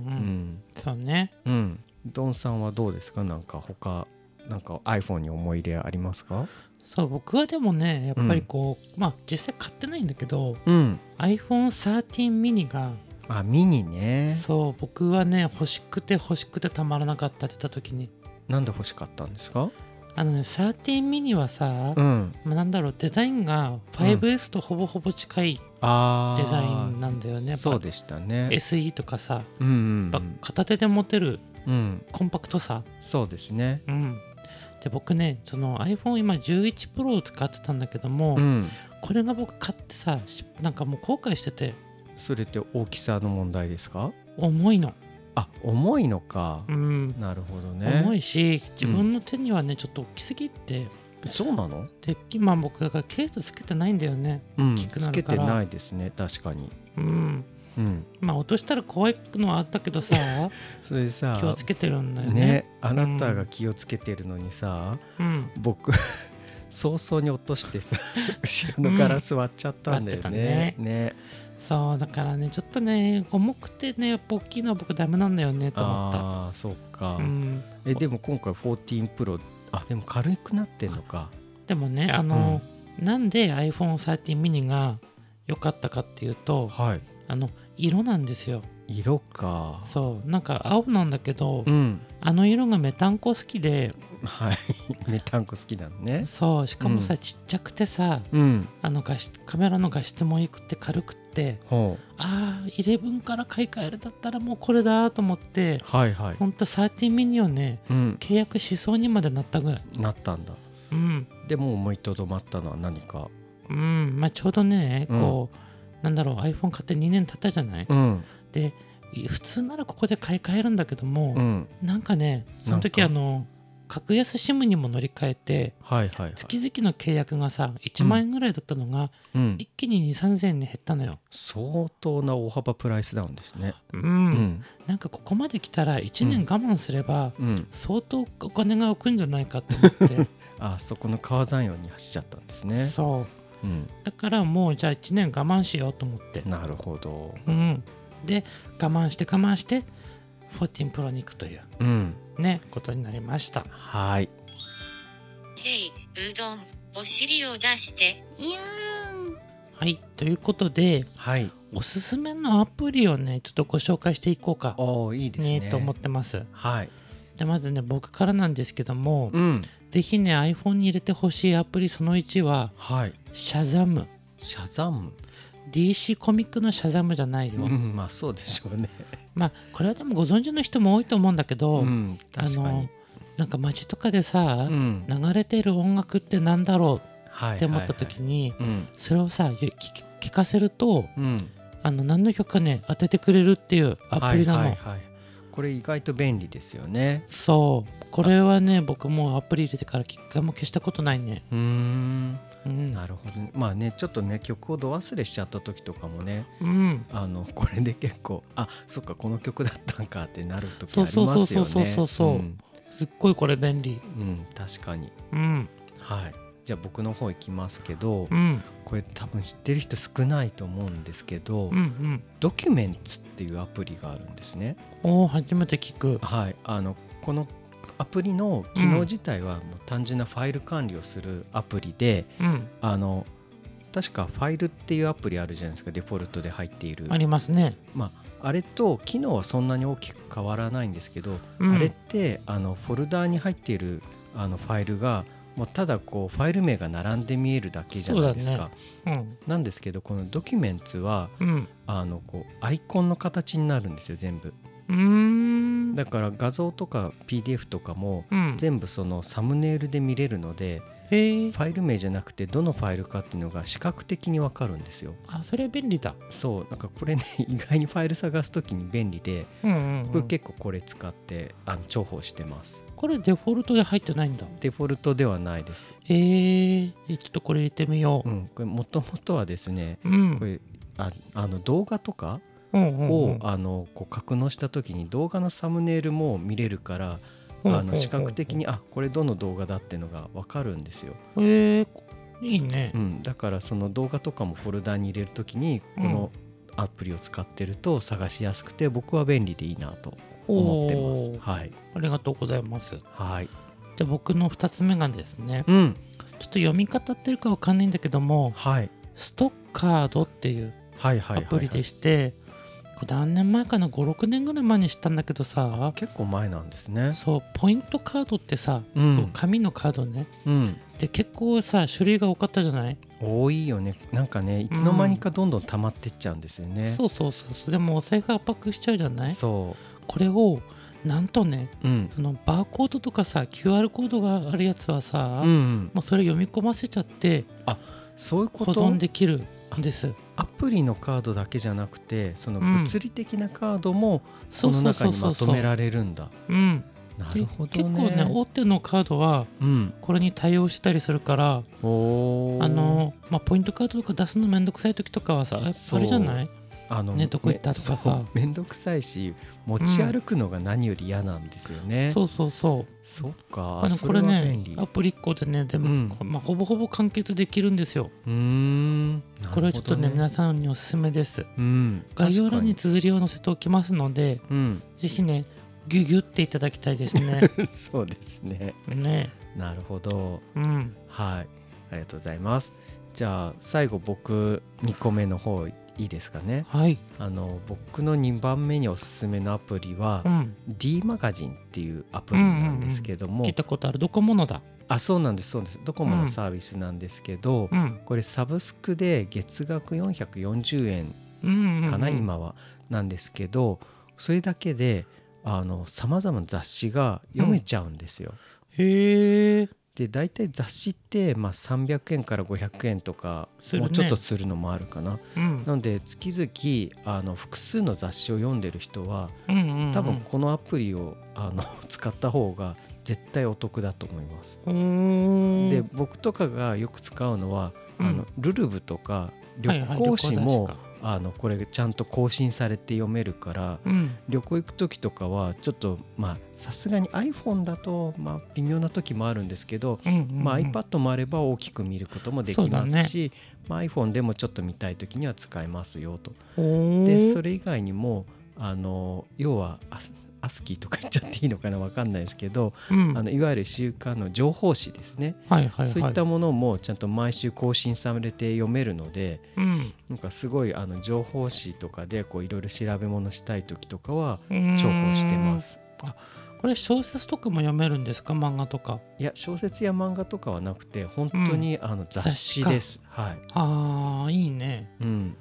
[SPEAKER 3] ん
[SPEAKER 1] そうね
[SPEAKER 3] うんドンさんはどうですかなんか他なんか iPhone に思い入れありますか
[SPEAKER 1] そう僕はでもねやっぱりこう、まあ実際買ってないんだけど
[SPEAKER 3] うん
[SPEAKER 1] iPhone13 ミニが
[SPEAKER 3] あミニね
[SPEAKER 1] そう僕はね欲しくて欲しくてたまらなかったって言った時に
[SPEAKER 3] なんで欲しかったんですか
[SPEAKER 1] あのね13ミニはさ、
[SPEAKER 3] うん
[SPEAKER 1] まあなんだろうデザインが 5S とほぼほぼ近い
[SPEAKER 3] あー
[SPEAKER 1] デザインなんだよね、やっぱ
[SPEAKER 3] そうでしたね
[SPEAKER 1] SE とかさ
[SPEAKER 3] うんうん
[SPEAKER 1] やっぱ片手で持てる
[SPEAKER 3] うん、うん、
[SPEAKER 1] コンパクトさ、
[SPEAKER 3] そうですね
[SPEAKER 1] うん、で僕ねその iPhone 今11 Pro を使ってたんだけども、
[SPEAKER 3] うん
[SPEAKER 1] これが僕買ってさしなんかもう後悔してて
[SPEAKER 3] それって大きさの問題ですか
[SPEAKER 1] 重いの、
[SPEAKER 3] あ重いのか
[SPEAKER 1] う、ん
[SPEAKER 3] なるほどね
[SPEAKER 1] 重いし自分の手にはね、ちょっと大きすぎて
[SPEAKER 3] そうなの
[SPEAKER 1] で今僕がケースつけてないんだよね
[SPEAKER 3] うん
[SPEAKER 1] きくな
[SPEAKER 3] つ
[SPEAKER 1] る
[SPEAKER 3] け
[SPEAKER 1] か
[SPEAKER 3] て
[SPEAKER 1] ら
[SPEAKER 3] ないですね確かに
[SPEAKER 1] うん
[SPEAKER 3] うん
[SPEAKER 1] まあ落としたら怖いのはあったけど さ
[SPEAKER 3] それさ
[SPEAKER 1] 気をつけてるんだよね
[SPEAKER 3] ねあなたが気をつけてるのにさ、
[SPEAKER 1] うん
[SPEAKER 3] 僕早々に落として さ後ろのガラス割っちゃったんだよね、
[SPEAKER 1] う
[SPEAKER 3] ね
[SPEAKER 1] そうだからねちょっとね重くてねやっぱ大きいのは僕ダメなんだよねと思った
[SPEAKER 3] ああーそうか、
[SPEAKER 1] うん
[SPEAKER 3] えでも今回14プロあでも軽くなってんのか
[SPEAKER 1] でもねあの、なんで iPhone13 mini が良かったかっていうと
[SPEAKER 3] はい
[SPEAKER 1] あの色なんですよ
[SPEAKER 3] 色か
[SPEAKER 1] そうなんか青なんだけど、
[SPEAKER 3] うん
[SPEAKER 1] あの色がメタンコ好きで
[SPEAKER 3] はい メタンコ好きなのね
[SPEAKER 1] そうしかもさ、
[SPEAKER 3] う
[SPEAKER 1] ちっちゃくてさ
[SPEAKER 3] うん
[SPEAKER 1] あの画質カメラの画質も良くて軽くって
[SPEAKER 3] ほう
[SPEAKER 1] ああ11から買い替えるだったらもうこれだと思って
[SPEAKER 3] はいはい
[SPEAKER 1] ほんと13 mini をね
[SPEAKER 3] うん
[SPEAKER 1] 契約しそうにまでなったぐらい
[SPEAKER 3] なったんだ
[SPEAKER 1] うん
[SPEAKER 3] でもう思いとどまったのは何か
[SPEAKER 1] うんまあちょうどね
[SPEAKER 3] うん
[SPEAKER 1] こう、なんだろう iPhone 買って2年経ったじゃない、
[SPEAKER 3] うん
[SPEAKER 1] でい普通ならここで買い替えるんだけども、
[SPEAKER 3] うん
[SPEAKER 1] なんかねその時
[SPEAKER 3] な
[SPEAKER 1] あ
[SPEAKER 3] んか
[SPEAKER 1] の格安 SIM にも乗り換えて
[SPEAKER 3] はいはいはい
[SPEAKER 1] 月々の契約がさ1万円ぐらいだったのが、
[SPEAKER 3] うん
[SPEAKER 1] 一気に2 3 0 0円に減ったのよ、
[SPEAKER 3] 相当な大幅プライスダウンですね
[SPEAKER 1] うん
[SPEAKER 3] うん
[SPEAKER 1] なんかここまで来たら1年我慢すれば、
[SPEAKER 3] うん
[SPEAKER 1] 相当お金が浮くんじゃないかと思って、
[SPEAKER 3] あそこの川山陽に走っちゃったんです ね
[SPEAKER 1] そう
[SPEAKER 3] うん
[SPEAKER 1] だからもうじゃあ1年我慢しようと思って、
[SPEAKER 3] なるほど
[SPEAKER 1] うん、で我慢して我慢して14 Pro に行くという
[SPEAKER 3] うん
[SPEAKER 1] ねことになりました
[SPEAKER 3] はい
[SPEAKER 2] ヘイ、うどん、お尻を出して。
[SPEAKER 1] はいということで
[SPEAKER 3] はい
[SPEAKER 1] おすすめのアプリをねちょっとご紹介していこうか
[SPEAKER 3] おーいいです
[SPEAKER 1] ね
[SPEAKER 3] ね
[SPEAKER 1] と思ってます
[SPEAKER 3] はい
[SPEAKER 1] じゃあまずね僕からなんですけども
[SPEAKER 3] うん
[SPEAKER 1] ぜひね iPhone に入れてほしいアプリその1は
[SPEAKER 3] はい
[SPEAKER 1] 「シャザム
[SPEAKER 3] シャザム、
[SPEAKER 1] DC コミックのシャザムじゃないよ、
[SPEAKER 3] うん、まあそうでしょうね。
[SPEAKER 1] まあこれはでもご存知の人も多いと思うんだけど、
[SPEAKER 3] うん、
[SPEAKER 1] あ
[SPEAKER 3] 確かに
[SPEAKER 1] の。なんか街とかでさ、
[SPEAKER 3] うん
[SPEAKER 1] 流れてる音楽ってなんだろう
[SPEAKER 3] はい
[SPEAKER 1] って思った時に、
[SPEAKER 3] はいはい
[SPEAKER 1] それをさゆ聞き聞かせると
[SPEAKER 3] うんうん、
[SPEAKER 1] あの何の曲かね当ててくれるっていうアプリなの、
[SPEAKER 3] はいはいはいこれ意外と便利ですよね。
[SPEAKER 1] そうこれはね僕もうアプリ入れてから一回も消したことないね、
[SPEAKER 3] うーん
[SPEAKER 1] うん、
[SPEAKER 3] なるほど、ね、まあねちょっとね曲をど忘れしちゃった時とかもね
[SPEAKER 1] うん
[SPEAKER 3] あのこれで結構あそっかこの曲だったんかってなる時
[SPEAKER 1] そ
[SPEAKER 3] あ
[SPEAKER 1] うそ
[SPEAKER 3] り
[SPEAKER 1] うそ
[SPEAKER 3] ま
[SPEAKER 1] う
[SPEAKER 3] す
[SPEAKER 1] そう
[SPEAKER 3] よ
[SPEAKER 1] そう
[SPEAKER 3] ね。
[SPEAKER 1] そうそうんすっごいこれ便利
[SPEAKER 3] うん確かに
[SPEAKER 1] うん
[SPEAKER 3] はいじゃあ僕の方いきますけど
[SPEAKER 1] うん
[SPEAKER 3] これ多分知ってる人少ないと思うんですけど
[SPEAKER 1] うんうん
[SPEAKER 3] ドキュメンツっていうアプリがあるんですね。
[SPEAKER 1] おお初めて聞く
[SPEAKER 3] はい、あのこのアプリの機能自体はもう単純なファイル管理をするアプリで、
[SPEAKER 1] うん
[SPEAKER 3] あの確かファイルっていうアプリあるじゃないですかデフォルトで入っている
[SPEAKER 1] ありますね、
[SPEAKER 3] まあ、あれと機能はそんなに大きく変わらないんですけど、
[SPEAKER 1] うん、
[SPEAKER 3] あれってあのフォルダーに入っているあのファイルがもうただこうファイル名が並んで見えるだけじゃないです
[SPEAKER 1] そうだ
[SPEAKER 3] か、
[SPEAKER 1] うん
[SPEAKER 3] なんですけどこのドキュメンツは
[SPEAKER 1] うん
[SPEAKER 3] あのこうアイコンの形になるんですよ全部
[SPEAKER 1] うーん
[SPEAKER 3] だから画像とか PDF とかも
[SPEAKER 1] うん
[SPEAKER 3] 全部そのサムネイルで見れるので
[SPEAKER 1] へー
[SPEAKER 3] ファイル名じゃなくてどのファイルかっていうのが視覚的にわかるんですよ
[SPEAKER 1] あそれ便利だ
[SPEAKER 3] そうなんかこれね 意外にファイル探す時に便利で
[SPEAKER 1] うんうん、うん、
[SPEAKER 3] 僕結構これ使ってあの重宝してます
[SPEAKER 1] これデフォルトで入ってないんだ
[SPEAKER 3] デフォルトではないです
[SPEAKER 1] えー、えちょっとこれ入れてみよ
[SPEAKER 3] う
[SPEAKER 1] う、
[SPEAKER 3] んこれもともとはですね
[SPEAKER 1] うん
[SPEAKER 3] これああの動画とか
[SPEAKER 1] うんうん
[SPEAKER 3] を、
[SPEAKER 1] うん
[SPEAKER 3] あのこう格納した時に動画のサムネイルも見れるから、
[SPEAKER 1] うんうん
[SPEAKER 3] あ
[SPEAKER 1] うんう
[SPEAKER 3] の
[SPEAKER 1] ん
[SPEAKER 3] 視覚的にあこれどの動画だっていうのがわかるんですよ
[SPEAKER 1] えー、いいね
[SPEAKER 3] う。ん、だからその動画とかもフォルダに入れるときにこのアプリを使ってると探しやすくて僕は便利でいいなと思ってま
[SPEAKER 1] お
[SPEAKER 3] す。
[SPEAKER 1] ー
[SPEAKER 3] はい、
[SPEAKER 1] ありがとうございます。
[SPEAKER 3] はい、
[SPEAKER 1] で僕の2つ目がですね、ちょ
[SPEAKER 3] うん、
[SPEAKER 1] っと読み方っていうかわかんないんだけども、
[SPEAKER 3] はい、
[SPEAKER 1] ストッカードっていう
[SPEAKER 3] はい、はい、
[SPEAKER 1] ア
[SPEAKER 3] はい、
[SPEAKER 1] プリでして、これ何年前かな、5、6年ぐらい前にしたんだけどさ、
[SPEAKER 3] 結構前なんですね。
[SPEAKER 1] そう、ポイントカードってさ、
[SPEAKER 3] うん、
[SPEAKER 1] 紙のカードね。
[SPEAKER 3] うん、
[SPEAKER 1] で、結構さ、種類が多かったじゃない、
[SPEAKER 3] 多いよね。なんかね、いつの間にかどんどん溜まってっちゃうんですよね。
[SPEAKER 1] そうそうそうそう。でもお財布圧迫しちゃうじゃない
[SPEAKER 3] そ
[SPEAKER 1] これを、なんとね、
[SPEAKER 3] う、うん、
[SPEAKER 1] あのバーコードとかさ、QR コードがあるやつはさ、
[SPEAKER 3] うん、うん、
[SPEAKER 1] もうそれ読み込ませちゃって
[SPEAKER 3] そういうこ
[SPEAKER 1] 保
[SPEAKER 3] と
[SPEAKER 1] 存。できるんです。
[SPEAKER 3] アプリのカードだけじゃなくて、その物理的なカードも
[SPEAKER 1] そ
[SPEAKER 3] そうの
[SPEAKER 1] そうそう
[SPEAKER 3] 中に
[SPEAKER 1] そ
[SPEAKER 3] ま
[SPEAKER 1] う
[SPEAKER 3] と
[SPEAKER 1] そう。
[SPEAKER 3] められるんだ。
[SPEAKER 1] うん、
[SPEAKER 3] な
[SPEAKER 1] で
[SPEAKER 3] るほ
[SPEAKER 1] 結
[SPEAKER 3] ど
[SPEAKER 1] 構
[SPEAKER 3] ね。
[SPEAKER 1] ね大手のカードは
[SPEAKER 3] うん。
[SPEAKER 1] これに対応したりするから
[SPEAKER 3] おー
[SPEAKER 1] あの、まあ、ポイントカードとか出すのめんどくさい時とかはさあ
[SPEAKER 3] そう
[SPEAKER 1] あれじゃない
[SPEAKER 3] あの
[SPEAKER 1] ねどこ行ったとかさ
[SPEAKER 3] めんどくさいし持ち歩くのが何より嫌なんですよね、
[SPEAKER 1] そうそうそう
[SPEAKER 3] そっ
[SPEAKER 1] あ
[SPEAKER 3] か
[SPEAKER 1] の
[SPEAKER 3] そ
[SPEAKER 1] こ
[SPEAKER 3] れ
[SPEAKER 1] れ
[SPEAKER 3] は
[SPEAKER 1] ね
[SPEAKER 3] 便利
[SPEAKER 1] アプリ1個でねでも、
[SPEAKER 3] うん
[SPEAKER 1] まあ、ほぼほぼ完結できるんですよ
[SPEAKER 3] うーん
[SPEAKER 1] これはちょっとね皆
[SPEAKER 3] さ
[SPEAKER 1] さんにおすすめです
[SPEAKER 3] ん、うん、
[SPEAKER 1] 概要欄に
[SPEAKER 3] 確か
[SPEAKER 1] 綴りを載せておきますので
[SPEAKER 3] にうん
[SPEAKER 1] ぜひねギュギュっていただきたいですね
[SPEAKER 3] そうですね
[SPEAKER 1] ね
[SPEAKER 3] なるほど
[SPEAKER 1] うん
[SPEAKER 3] はいありがとうございますじゃあ最後僕2個目の方いいですかね
[SPEAKER 1] はい
[SPEAKER 3] あの僕の2番目におすすめのアプリは、
[SPEAKER 1] うん
[SPEAKER 3] D マガジンっていうアプリなんですけども、
[SPEAKER 1] 聞いたことあるドコモのだ
[SPEAKER 3] あそうなんですそうですドコモのサービスなんですけど、
[SPEAKER 1] うん
[SPEAKER 3] これサブスクで月額440円
[SPEAKER 1] うんうん
[SPEAKER 3] かな、
[SPEAKER 1] うん
[SPEAKER 3] 今はなんですけどそれだけであのさまざまな雑誌が読めちゃうんですよ。
[SPEAKER 1] へえ
[SPEAKER 3] で大体雑誌って、まあ、300円から500円とか、
[SPEAKER 1] するね
[SPEAKER 3] もうちょっとするのもあるかな。
[SPEAKER 1] うん
[SPEAKER 3] なので月々あの複数の雑誌を読んでる人は
[SPEAKER 1] うんうんうん
[SPEAKER 3] 多分このアプリをあの 使った方が絶対お得だと思います。
[SPEAKER 1] うーん
[SPEAKER 3] で僕とかがよく使うのはあ
[SPEAKER 1] うん
[SPEAKER 3] のルルブとか旅
[SPEAKER 1] はいはい
[SPEAKER 3] 行誌も、
[SPEAKER 1] 旅行雑誌か
[SPEAKER 3] あのこれちゃんと更新されて読めるから
[SPEAKER 1] うん
[SPEAKER 3] 旅行行く時とかはちょっとまあさすがに iPhone だとまあ微妙な時もあるんですけど、
[SPEAKER 1] うんうんうん
[SPEAKER 3] まあ、iPad もあれば大きく見ることもで
[SPEAKER 1] そ
[SPEAKER 3] き
[SPEAKER 1] うだ
[SPEAKER 3] ま
[SPEAKER 1] ね
[SPEAKER 3] すし、まあ、iPhone でもちょっと見たい時には使えますよと。
[SPEAKER 1] お
[SPEAKER 3] でそ
[SPEAKER 1] れ
[SPEAKER 3] れ以外にもあの要はアスアスキーとか言っちゃっていいのかなわかんないですけど、
[SPEAKER 1] うん
[SPEAKER 3] あのいわゆる週刊の情報誌ですね、
[SPEAKER 1] はいはいはい
[SPEAKER 3] そういったものもちゃんと毎週更新されて読めるので、
[SPEAKER 1] うん
[SPEAKER 3] なんかすごいあの情報誌とかでこういろいろ調べ物したい時とかは
[SPEAKER 1] うーん
[SPEAKER 3] 重宝してます。
[SPEAKER 1] ここれ小説とかも読めるんですか漫画とか
[SPEAKER 3] いや小説や漫画とかはなくて本当に、あの雑誌ですはい、
[SPEAKER 1] あーいいね
[SPEAKER 3] うん、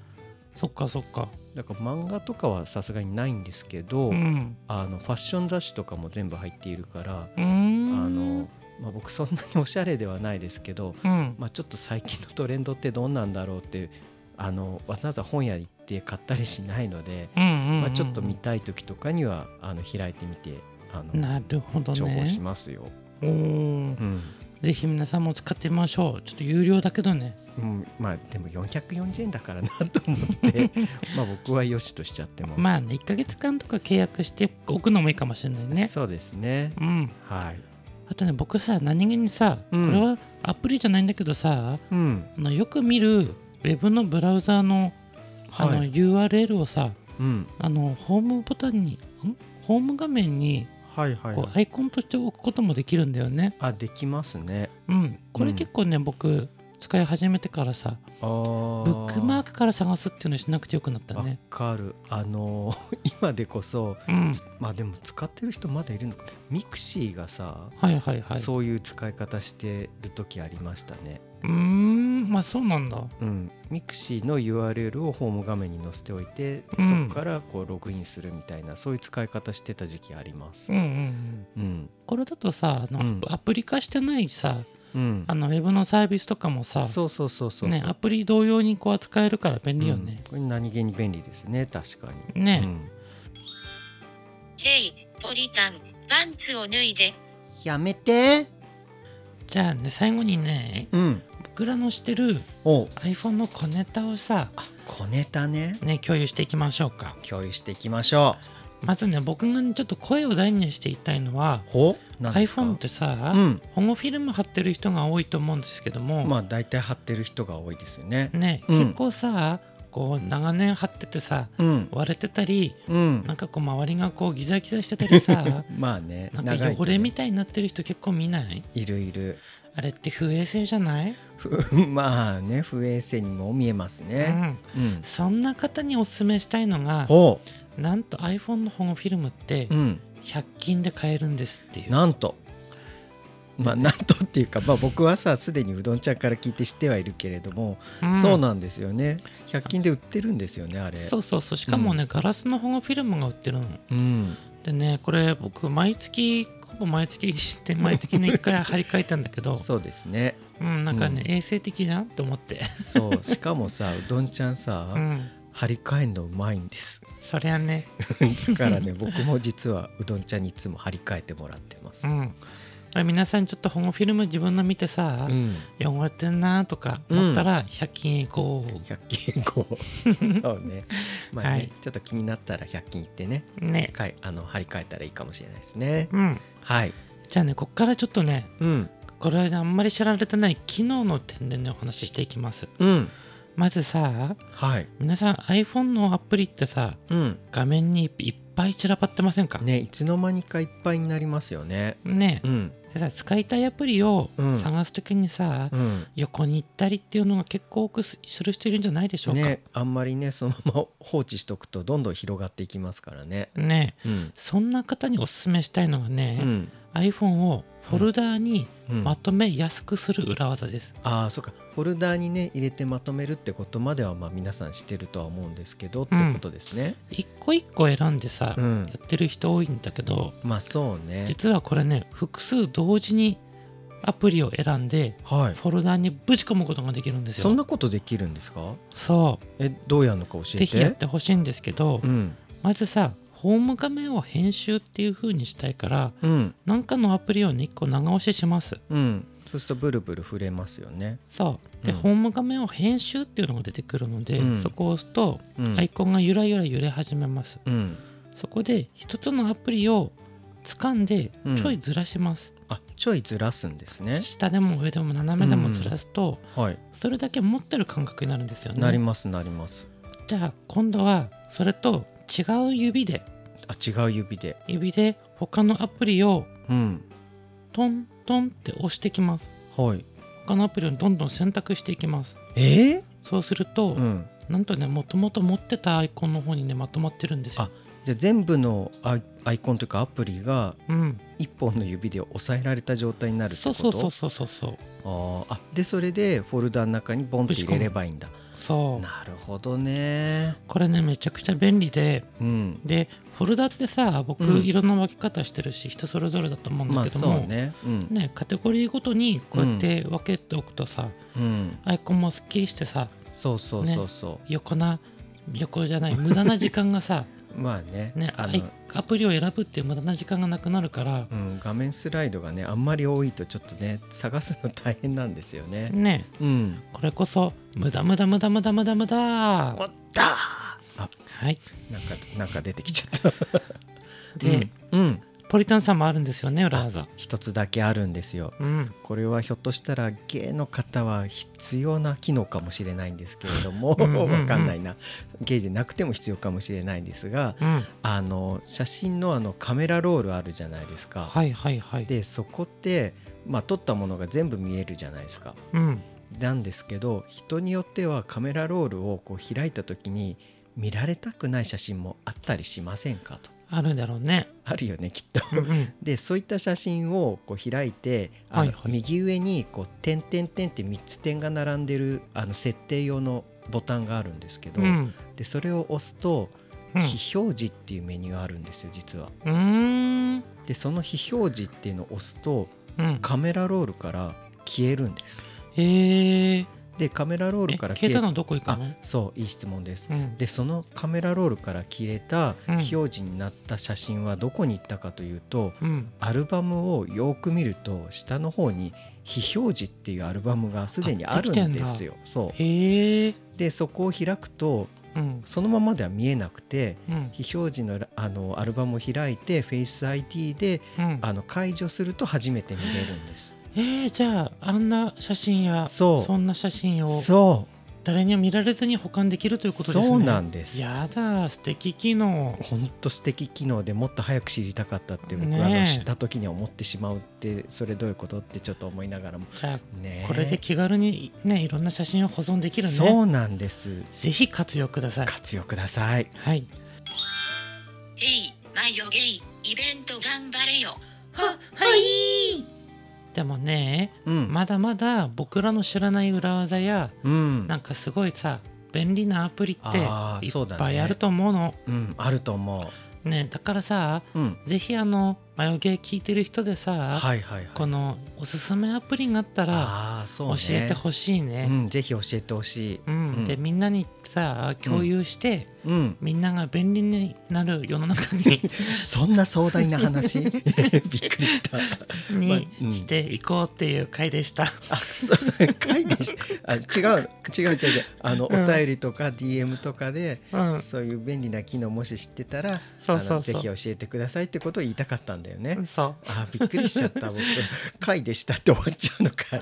[SPEAKER 1] そっかそっか
[SPEAKER 3] だから漫画とかはさすがにないんですけど、
[SPEAKER 1] うん
[SPEAKER 3] あのファッション雑誌とかも全部入っているから、
[SPEAKER 1] うーん
[SPEAKER 3] あのまあ、僕そんなにおしゃれではないですけど、
[SPEAKER 1] うん
[SPEAKER 3] まあ、ちょっと最近のトレンドってどんなんだろうってあのわざわざ本屋行って買ったりしないので、
[SPEAKER 1] うんうんうん
[SPEAKER 3] まあ、ちょっと見たい時とかにはあの開いてみてあの、
[SPEAKER 1] なるほど
[SPEAKER 3] 重宝し
[SPEAKER 1] ね
[SPEAKER 3] ますよ。
[SPEAKER 1] おー
[SPEAKER 3] うん
[SPEAKER 1] ぜひ皆さんも使ってみましょうちょっと有料だけどね
[SPEAKER 3] うん、まあでも440円だからなと思って まあ僕はよしとしちゃってます。
[SPEAKER 1] まあね1ヶ月間とか契約しておくのもいいかもしれないね
[SPEAKER 3] そうですね。
[SPEAKER 1] うん
[SPEAKER 3] はい。
[SPEAKER 1] あとね僕さ何気にさ、
[SPEAKER 3] うん
[SPEAKER 1] これはアプリじゃないんだけどさ
[SPEAKER 3] うん。
[SPEAKER 1] あのよく見るウェブのブラウザーのあの
[SPEAKER 3] はい
[SPEAKER 1] URL をさ
[SPEAKER 3] うん。
[SPEAKER 1] あのホームボタンにんホーム画面に
[SPEAKER 3] はいはい、
[SPEAKER 1] こうアイコンとして置くこともできるんだよね。
[SPEAKER 3] あできますね。
[SPEAKER 1] うん、こ
[SPEAKER 3] う
[SPEAKER 1] れ
[SPEAKER 3] ん
[SPEAKER 1] 結構ね、僕使い始めてからさ
[SPEAKER 3] あー
[SPEAKER 1] ブックマークから探すっていうのしなくてよくなったね。
[SPEAKER 3] わかる。あのー 今でこそ
[SPEAKER 1] うん、
[SPEAKER 3] まあでも使ってる人まだいるのか。ミクシーがさ、
[SPEAKER 1] はいはいはい。う
[SPEAKER 3] そういう使い方してる時ありましたね。
[SPEAKER 1] ーんまあそうなんだ。
[SPEAKER 3] うん。ミクシーの URL をホーム画面に載せておいて、
[SPEAKER 1] うん
[SPEAKER 3] そこからこうログインするみたいなそういう使い方してた時期あります。
[SPEAKER 1] うんうんうん、
[SPEAKER 3] うん。
[SPEAKER 1] これだとさあの、
[SPEAKER 3] うん
[SPEAKER 1] アプリ化してないさ
[SPEAKER 3] うん。
[SPEAKER 1] あのウェブのサービスとかもさ
[SPEAKER 3] そうそうそうそうそう。
[SPEAKER 1] ね、アプリ同様にこう扱えるから便利よね。
[SPEAKER 3] うんこれ何気に便利ですね確かに。
[SPEAKER 1] ね、
[SPEAKER 3] うん
[SPEAKER 2] ヘイ、ポリタン、パンツを脱いで。
[SPEAKER 3] やめて。
[SPEAKER 1] じゃあね最後にね
[SPEAKER 3] うん。
[SPEAKER 1] 僕らのしてる
[SPEAKER 3] お
[SPEAKER 1] iPhone の小ネタをさ
[SPEAKER 3] 小ネタね
[SPEAKER 1] ね共有していきましょうか
[SPEAKER 3] 共有していきましょ
[SPEAKER 1] まずね僕がねちょっと声を大にして言いたいのは
[SPEAKER 3] う。ほ
[SPEAKER 1] iPhone ってさ、
[SPEAKER 3] うん。
[SPEAKER 1] 保護フィルム貼ってる人が多いと思うんですけども、
[SPEAKER 3] まあ大体貼ってる人が多いですよね。
[SPEAKER 1] ね、
[SPEAKER 3] うん
[SPEAKER 1] 結構さこう長年貼っててさ
[SPEAKER 3] うん。
[SPEAKER 1] 割れてたり
[SPEAKER 3] うん
[SPEAKER 1] な。んかこう周りがこうギザギザしてたり さ
[SPEAKER 3] まあね。
[SPEAKER 1] なん
[SPEAKER 3] 長
[SPEAKER 1] か
[SPEAKER 3] いとね
[SPEAKER 1] 汚れみたいになってる人結構見ない
[SPEAKER 3] いるいる。
[SPEAKER 1] あれって不衛生じゃない、
[SPEAKER 3] ふ まあね不衛生にも見えます
[SPEAKER 1] う
[SPEAKER 3] ね。
[SPEAKER 1] ん、
[SPEAKER 3] うん。
[SPEAKER 1] そんな方におすすめしたいのが
[SPEAKER 3] ほ
[SPEAKER 1] なんと iPhone の保護フィルムって
[SPEAKER 3] う。うん。
[SPEAKER 1] 100均で買えるんですっていう。
[SPEAKER 3] なんと。まあ、なんとっていうか、まあ、僕はさすでにうどんちゃんから聞いて知ってはいるけれども、
[SPEAKER 1] ん
[SPEAKER 3] そうなんですよね100均で売ってるんですよねあれ
[SPEAKER 1] そうそうそうしかもね、ガラスの保護フィルムが売ってるの。
[SPEAKER 3] うん、
[SPEAKER 1] でねこれ僕毎月ほぼ毎 月して毎月ね一回張り替えたんだけど
[SPEAKER 3] そうですね
[SPEAKER 1] うんなんかね、
[SPEAKER 3] う
[SPEAKER 1] 衛生的じゃんって思って、
[SPEAKER 3] そうしかもさうどんちゃんさ、
[SPEAKER 1] うん、
[SPEAKER 3] 張り替えんのうまいんです
[SPEAKER 1] そりゃね、
[SPEAKER 3] だからね僕も実はうどんちゃんにいつも張り替えてもらってます
[SPEAKER 1] う、ん、これ皆さんちょっと保護フィルム自分の見てさ
[SPEAKER 3] う、ん、
[SPEAKER 1] 汚れてんなとか思ったら100均へ行こ
[SPEAKER 3] 100均こうそうね まあね、
[SPEAKER 1] はい
[SPEAKER 3] ちょっと気になったら100均行ってね
[SPEAKER 1] う、ね
[SPEAKER 3] かいあの張り替えたらいいかもしれないですね
[SPEAKER 1] うん
[SPEAKER 3] はい
[SPEAKER 1] じゃあねこっからちょっとね
[SPEAKER 3] うん
[SPEAKER 1] これはねあんまり知られてない機能の点でねお話ししていきます
[SPEAKER 3] うん
[SPEAKER 1] まずさ
[SPEAKER 3] はい
[SPEAKER 1] 皆さん iPhone のアプリってさ
[SPEAKER 3] うん
[SPEAKER 1] 画面にいっぱい散らばってませんか
[SPEAKER 3] ねいつの間にかいっぱいになりますよね
[SPEAKER 1] ね
[SPEAKER 3] うん
[SPEAKER 1] でさ使いたいアプリを
[SPEAKER 3] うん
[SPEAKER 1] 探すときにさ、
[SPEAKER 3] うん
[SPEAKER 1] 横に行ったりっていうのが結構多くすする人いるんじゃないでしょうか。ね
[SPEAKER 3] ねあんまりねそのまま放置しとくとどんどん広がっていきますからねうん
[SPEAKER 1] そんな方におすすめしたいのが
[SPEAKER 3] う
[SPEAKER 1] ね、
[SPEAKER 3] ん、
[SPEAKER 1] iPhone をフォルダーに
[SPEAKER 3] うん
[SPEAKER 1] まとめやすくする裏技です。
[SPEAKER 3] ああそうかフォルダーにね入れてまとめるってことまではまあ皆さんしてるとは思うんですけどってことですね
[SPEAKER 1] 一個一個選んでさ、
[SPEAKER 3] うん、
[SPEAKER 1] やってる人多いんだけど
[SPEAKER 3] まあそうね
[SPEAKER 1] 実はこれね複数同時にアプリを選んで
[SPEAKER 3] は
[SPEAKER 1] フォルダーにぶち込むことができるんですよ。
[SPEAKER 3] そんなことできるんですか
[SPEAKER 1] そ
[SPEAKER 3] えどうやるのか教え
[SPEAKER 1] う
[SPEAKER 3] て
[SPEAKER 1] ぜひやってほしいんですけど、
[SPEAKER 3] うん
[SPEAKER 1] まずさホーム画面を編集っていう風にしたいから
[SPEAKER 3] うん
[SPEAKER 1] なんかのアプリをね一個長押しします
[SPEAKER 3] うんそうするとブルブル触れますよね
[SPEAKER 1] そうで、
[SPEAKER 3] うん
[SPEAKER 1] ホーム画面を編集っていうのが出てくるので、
[SPEAKER 3] うん
[SPEAKER 1] そこを押すと
[SPEAKER 3] うん、
[SPEAKER 1] アイコンがゆらゆら揺れ始めます、
[SPEAKER 3] うん
[SPEAKER 1] そこで一つのアプリを掴んで
[SPEAKER 3] うん
[SPEAKER 1] ちょいずらします、
[SPEAKER 3] あちょいずらすんですね
[SPEAKER 1] 下でも上でも斜めでもずらすと、
[SPEAKER 3] はい
[SPEAKER 1] それだけ持ってる感覚になるんですよね
[SPEAKER 3] なりますなります
[SPEAKER 1] じゃあ今度はそれと違う指で
[SPEAKER 3] あ違う指で
[SPEAKER 1] 指で他のアプリを
[SPEAKER 3] うん
[SPEAKER 1] トントンって押してきます
[SPEAKER 3] はい
[SPEAKER 1] 他のアプリをどんどん選択していきます
[SPEAKER 3] え
[SPEAKER 1] そうすると、
[SPEAKER 3] うん
[SPEAKER 1] なんとねもともと持ってたアイコンの方にねまとまってるんですよ
[SPEAKER 3] あじゃあ全部のアイアイコンというかアプリが
[SPEAKER 1] うん、
[SPEAKER 3] 一本の指で押さえられた状態になるって
[SPEAKER 1] そ
[SPEAKER 3] こ
[SPEAKER 1] う
[SPEAKER 3] と
[SPEAKER 1] そうそうそうそうそう
[SPEAKER 3] あーあでそれでフォルダの中にボンと入れればいいんだ
[SPEAKER 1] そう
[SPEAKER 3] なるほどね
[SPEAKER 1] これねめちゃくちゃ便利で
[SPEAKER 3] うん
[SPEAKER 1] でフォルダってさ僕、
[SPEAKER 3] うん
[SPEAKER 1] いろんな分け方してるし人それぞれだと思うん
[SPEAKER 3] ま
[SPEAKER 1] だ
[SPEAKER 3] あ
[SPEAKER 1] けど
[SPEAKER 3] そ
[SPEAKER 1] も、
[SPEAKER 3] うねうん、
[SPEAKER 1] ね、カテゴリーごとにこうやって分けておくとさ、
[SPEAKER 3] うん、
[SPEAKER 1] アイコンもすっきりしてさ
[SPEAKER 3] そうそうそうそ
[SPEAKER 1] 横な横じゃない無駄な時間が さ、
[SPEAKER 3] う、まあね
[SPEAKER 1] ね、
[SPEAKER 3] あ
[SPEAKER 1] ア
[SPEAKER 3] の、
[SPEAKER 1] イアプリを選ぶっていう無駄な時間がなくなるから
[SPEAKER 3] う、ん、画面スライドがねあんまり多いとちょっとね探すの大変なんですよね
[SPEAKER 1] ね
[SPEAKER 3] うん
[SPEAKER 1] これこそ無駄無駄無駄無駄無駄無駄は
[SPEAKER 3] ったーあ
[SPEAKER 1] い
[SPEAKER 3] なんかなんか出てき ちゃった
[SPEAKER 1] で、
[SPEAKER 3] うん、うん
[SPEAKER 1] ポリタンさんもあるんですよね裏技
[SPEAKER 3] 一つだけあるんですよ
[SPEAKER 1] うん
[SPEAKER 3] これはひょっとしたらゲイの方は必要な機能かもしれないんですけれども
[SPEAKER 1] うんうんうん
[SPEAKER 3] わかんないなゲイでなくても必要かもしれないんですが
[SPEAKER 1] うん
[SPEAKER 3] あの写真のあのカメラロールあるじゃないですか。
[SPEAKER 1] はいはいはい
[SPEAKER 3] でそこって、まあ、撮ったものが全部見えるじゃないですか。
[SPEAKER 1] うん
[SPEAKER 3] なんですけど人によってはカメラロールをこう開いた時に見られたくない写真もあったりしませんかと。
[SPEAKER 1] あるんだろうね
[SPEAKER 3] あるよねき っと。
[SPEAKER 1] うんうん
[SPEAKER 3] でそういった写真をこう開いてあ
[SPEAKER 1] はい
[SPEAKER 3] の、
[SPEAKER 1] はい
[SPEAKER 3] 右上にこう点点点って3つ点が並んでるあの設定用のボタンがあるんですけど、
[SPEAKER 1] うん
[SPEAKER 3] でそれを押すと、
[SPEAKER 1] うん
[SPEAKER 3] 非表示っていうメニューがあるんですよ実は。
[SPEAKER 1] うーん
[SPEAKER 3] でその非表示っていうのを押すと
[SPEAKER 1] うん
[SPEAKER 3] カメラロールから消えるんです。
[SPEAKER 1] えー、
[SPEAKER 3] でカメラロール
[SPEAKER 1] え
[SPEAKER 3] から
[SPEAKER 1] 消えたのどこ行く
[SPEAKER 3] あ
[SPEAKER 1] の
[SPEAKER 3] そういい質問です。
[SPEAKER 1] うん
[SPEAKER 3] でそのカメラロールから消えた
[SPEAKER 1] うん
[SPEAKER 3] 非表示になった写真はどこに行ったかというと、
[SPEAKER 1] うん
[SPEAKER 3] アルバムをよく見ると下の方に「非表示」っていうアルバムがすでにあるんですよ。そ
[SPEAKER 1] へえ
[SPEAKER 3] うでそこを開くと
[SPEAKER 1] うん
[SPEAKER 3] そのままでは見えなくて
[SPEAKER 1] うん
[SPEAKER 3] 非表示のラあのアルバムを開いて FaceID で
[SPEAKER 1] うん
[SPEAKER 3] あの解除すると初めて見れるんです。
[SPEAKER 1] えー、じゃああんな写真や
[SPEAKER 3] そう
[SPEAKER 1] んな写真を
[SPEAKER 3] そ
[SPEAKER 1] 誰にも見られずに保管できるという
[SPEAKER 3] う
[SPEAKER 1] ことですね
[SPEAKER 3] そうなんです。
[SPEAKER 1] やだ素敵機能
[SPEAKER 3] 本当素敵機能でもっと早く知りたかったって僕、
[SPEAKER 1] ねえ
[SPEAKER 3] あの知った時には思ってしまうってそれどういうことってちょっと思いながらも
[SPEAKER 1] じゃ
[SPEAKER 3] ね
[SPEAKER 1] あ
[SPEAKER 3] え
[SPEAKER 1] これで気軽にねいろんな写真を保存できる
[SPEAKER 3] そ
[SPEAKER 1] ね
[SPEAKER 3] うなんです
[SPEAKER 1] ぜひ活用ください
[SPEAKER 3] 活用ください
[SPEAKER 1] はい
[SPEAKER 2] えい、マヨゲイ、イベント頑張れよ。
[SPEAKER 1] ははいでもね
[SPEAKER 3] うん
[SPEAKER 1] まだまだ僕らの知らない裏技や
[SPEAKER 3] うん
[SPEAKER 1] なんかすごいさ便利なアプリってい
[SPEAKER 3] あーそう
[SPEAKER 1] っ
[SPEAKER 3] だ
[SPEAKER 1] ぱい
[SPEAKER 3] ね
[SPEAKER 1] あると思うの
[SPEAKER 3] うん、あると思
[SPEAKER 1] ねだからさ
[SPEAKER 3] う。うん、
[SPEAKER 1] ぜひあの眉毛聞いてる人でさ、
[SPEAKER 3] はいはいはい。
[SPEAKER 1] このおすすめアプリがあったら
[SPEAKER 3] ああそう
[SPEAKER 1] 教
[SPEAKER 3] ね。
[SPEAKER 1] えてほしいうね。
[SPEAKER 3] ん、ぜひ教えてほしい。
[SPEAKER 1] うん
[SPEAKER 3] うん
[SPEAKER 1] でみんなにさ共有して、
[SPEAKER 3] うん、
[SPEAKER 1] みんなが便利になる世の中に
[SPEAKER 3] そんな壮大な話。 びっくりした。 まあ
[SPEAKER 1] に
[SPEAKER 3] うん
[SPEAKER 1] していこうっていう回でした。
[SPEAKER 3] あ、そう、会議し、あ、違う、違う違う違う、あの、
[SPEAKER 1] うん
[SPEAKER 3] お便りとか DM とかで。
[SPEAKER 1] うん、
[SPEAKER 3] そういう便利な機能もし知ってたら、
[SPEAKER 1] そうそ
[SPEAKER 3] あ
[SPEAKER 1] う
[SPEAKER 3] のぜ
[SPEAKER 1] そ
[SPEAKER 3] ひ
[SPEAKER 1] う
[SPEAKER 3] 教。えてくださいってことを言いたかったんだよね。
[SPEAKER 1] そう
[SPEAKER 3] あびっくりしちゃった僕会でしたって終わっちゃうのかっ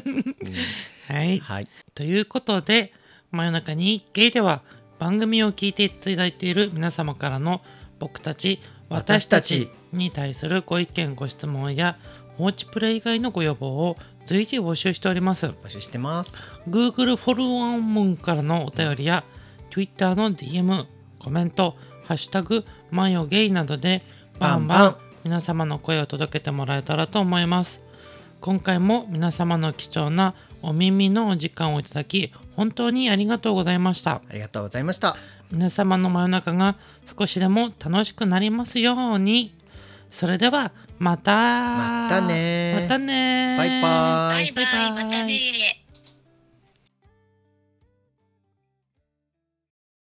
[SPEAKER 3] 思って、
[SPEAKER 1] はい
[SPEAKER 3] うん、はい
[SPEAKER 1] ということで真夜中にゲイでは番組を聞いていただいている皆様からの僕たち私
[SPEAKER 3] 私
[SPEAKER 1] た
[SPEAKER 3] た
[SPEAKER 1] ち
[SPEAKER 3] ち
[SPEAKER 1] に対するご意見ご質問や放置プレイ以外のご要望を随時募集しております
[SPEAKER 3] 募集してます。
[SPEAKER 1] Google フォロワー文からのお便りや Twitter の DM コメント「ハッシュタグマヨゲイ」などでバンバン皆様の声を届けてもらえたらと思います今回も皆様の貴重なお耳のお時間をいただき本当にありがとうございました
[SPEAKER 3] ありがとうございました。
[SPEAKER 1] 皆様の真夜中が少しでも楽しくなりますようにそれではまた
[SPEAKER 3] またね
[SPEAKER 1] またね
[SPEAKER 3] バイバー
[SPEAKER 2] バ
[SPEAKER 3] イ
[SPEAKER 2] イバ
[SPEAKER 1] バ
[SPEAKER 2] イ、
[SPEAKER 1] イバイ
[SPEAKER 2] またねー。